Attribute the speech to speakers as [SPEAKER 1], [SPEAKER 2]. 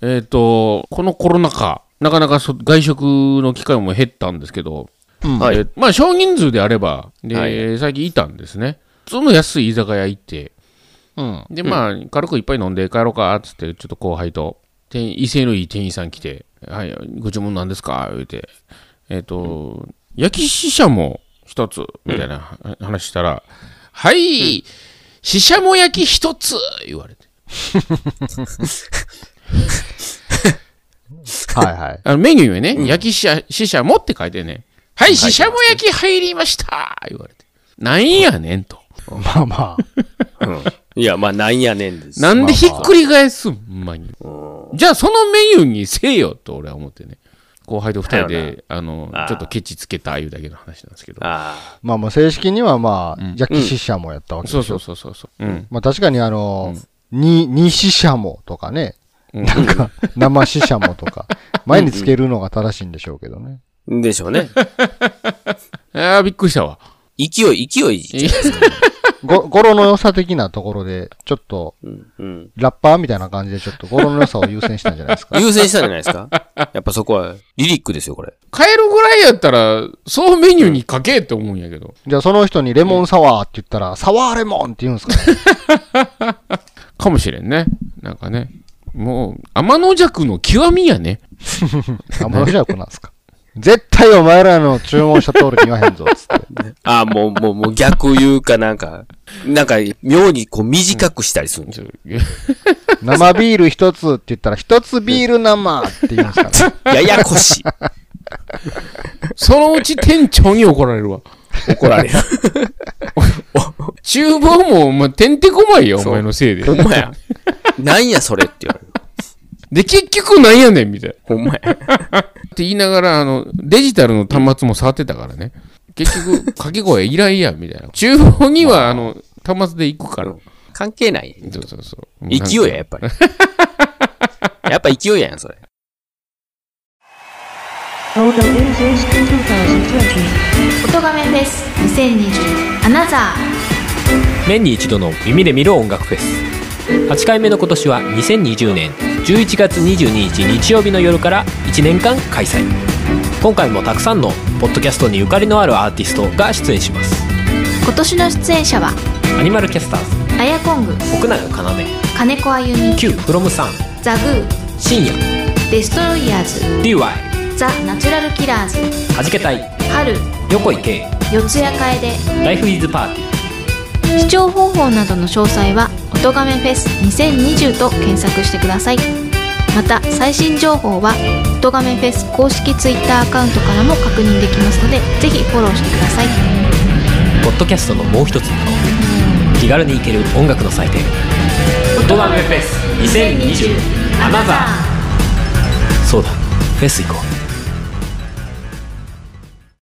[SPEAKER 1] えっ、と、このコロナ禍、なかなかそ外食の機会も減ったんですけど、
[SPEAKER 2] はい
[SPEAKER 1] えまあ少人数であれば、で、
[SPEAKER 2] はい
[SPEAKER 1] 最近いたんですね。普通の安い居酒屋行って、
[SPEAKER 2] うん。
[SPEAKER 1] で、まあ、軽く一杯飲んで帰ろうか、つって、ちょっと後輩と、店員威勢のいい店員さん来て、はい、ご注文なんですか言うて、えっ、と、焼きししゃも一つ、みたいな話したら、はい、ししゃも焼き一つ言われて。
[SPEAKER 2] はいはい。
[SPEAKER 1] あのメニューにね、焼きししゃ、ししゃもって書いてね、はい、ししゃも焼き入りました言われて。なんやねんと。
[SPEAKER 2] まあまあ。
[SPEAKER 3] いや、まあ、なんやねんです。
[SPEAKER 1] なんでひっくり返すん、ほんまに。じゃあ、そのメニューにせえよと俺は思ってね。後輩と二人
[SPEAKER 3] だよ
[SPEAKER 1] で、あの
[SPEAKER 3] あ、ー
[SPEAKER 1] ちょっとケチつけたいうだけの話なんですけど。
[SPEAKER 3] あ
[SPEAKER 2] まあまあ、正式にはまあ、焼き死者もやったわけでし
[SPEAKER 1] そ
[SPEAKER 2] ょ。
[SPEAKER 1] うそうそうそうそう。うん。
[SPEAKER 2] まあ確かにあの、に、に死者もとかね。なんか、生死者もとか。 前につけるのが正しいんでしょうけどね。
[SPEAKER 3] あ。でしょう ね。
[SPEAKER 1] ああ、びっくりしたわ。
[SPEAKER 3] 勢い、勢い。
[SPEAKER 2] ご、語呂の良さ的なところで、ちょっと、
[SPEAKER 3] うん。うん。
[SPEAKER 2] ラッパーみたいな感じでちょっと語呂の良さを優先したんじゃない ですか。
[SPEAKER 3] 優先したんじゃないですかやっぱそこは、リリックですよ、これ。
[SPEAKER 1] 帰るぐらいやったら、そうメニューに書けって思うんやけど。
[SPEAKER 2] じゃあその人にレモンサワーって言ったら、サワーレモンって言うんですかね。
[SPEAKER 1] かもしれんね。なんかね。もう、天の弱の極みやね。
[SPEAKER 2] あ、もじゃくなんですか。絶対お前らの注文した通りに言わへんぞ、つって。
[SPEAKER 3] ああ、もう、もう、もう逆言うかなんか、なんか、妙にこう短くしたりするんですよ。
[SPEAKER 2] 生ビール一つって言ったら、一つビール生って言うんですかね。
[SPEAKER 3] ややこしい。
[SPEAKER 1] そのうち店長に怒られるわ。
[SPEAKER 3] 怒られる。
[SPEAKER 1] 厨房も、お前、てんてこまいよ、お
[SPEAKER 3] そう
[SPEAKER 1] 前のせいで。
[SPEAKER 3] ほんまや。なんやそれって言われる。
[SPEAKER 1] で、結局なんやねん、みたいな。
[SPEAKER 3] ほんまや。
[SPEAKER 1] って言いながら、あの、デジタルの端末も触ってたからね。結局、掛け声いらんや、みたいな。厨房には、あの、端末で行くから。
[SPEAKER 3] 関係ない。
[SPEAKER 1] そうそうそう。
[SPEAKER 3] 勢いや、やっぱ り。やっぱ勢いやん、それ。
[SPEAKER 4] Total Music 2020.
[SPEAKER 5] 音亀フェス2020アナザ
[SPEAKER 6] 年に一度の耳で見る音楽フェス8回目の今年は2020年11月22日日曜日の夜から1年間開催今回もたくさんのポッドキャストにゆかりのあるアーティストが出演します
[SPEAKER 5] ー今年の出演者は
[SPEAKER 6] アニマルキャスターズ
[SPEAKER 5] アヤコング
[SPEAKER 6] 奥永要
[SPEAKER 5] 金子あゆみ
[SPEAKER 6] Q フロムサン
[SPEAKER 5] ザグ
[SPEAKER 6] 深夜
[SPEAKER 5] ーデストロイヤー
[SPEAKER 6] DY は
[SPEAKER 5] ズザ・ナチュラルキラーズ
[SPEAKER 6] じけたい
[SPEAKER 5] 春
[SPEAKER 6] 横井圭
[SPEAKER 5] 四谷楓
[SPEAKER 6] ライフイズパーティー
[SPEAKER 5] 視聴方法などの詳細は「音亀フェス2020」と検索してくださいまた最新情報は「音亀フェス」公式 Twitter アカウントからも確認できますのでぜひフォローしてください
[SPEAKER 6] ポッドキャストのもう一つの顔気軽に行ける音楽の祭典音がめフェス2020アナザーそうだフェス行こう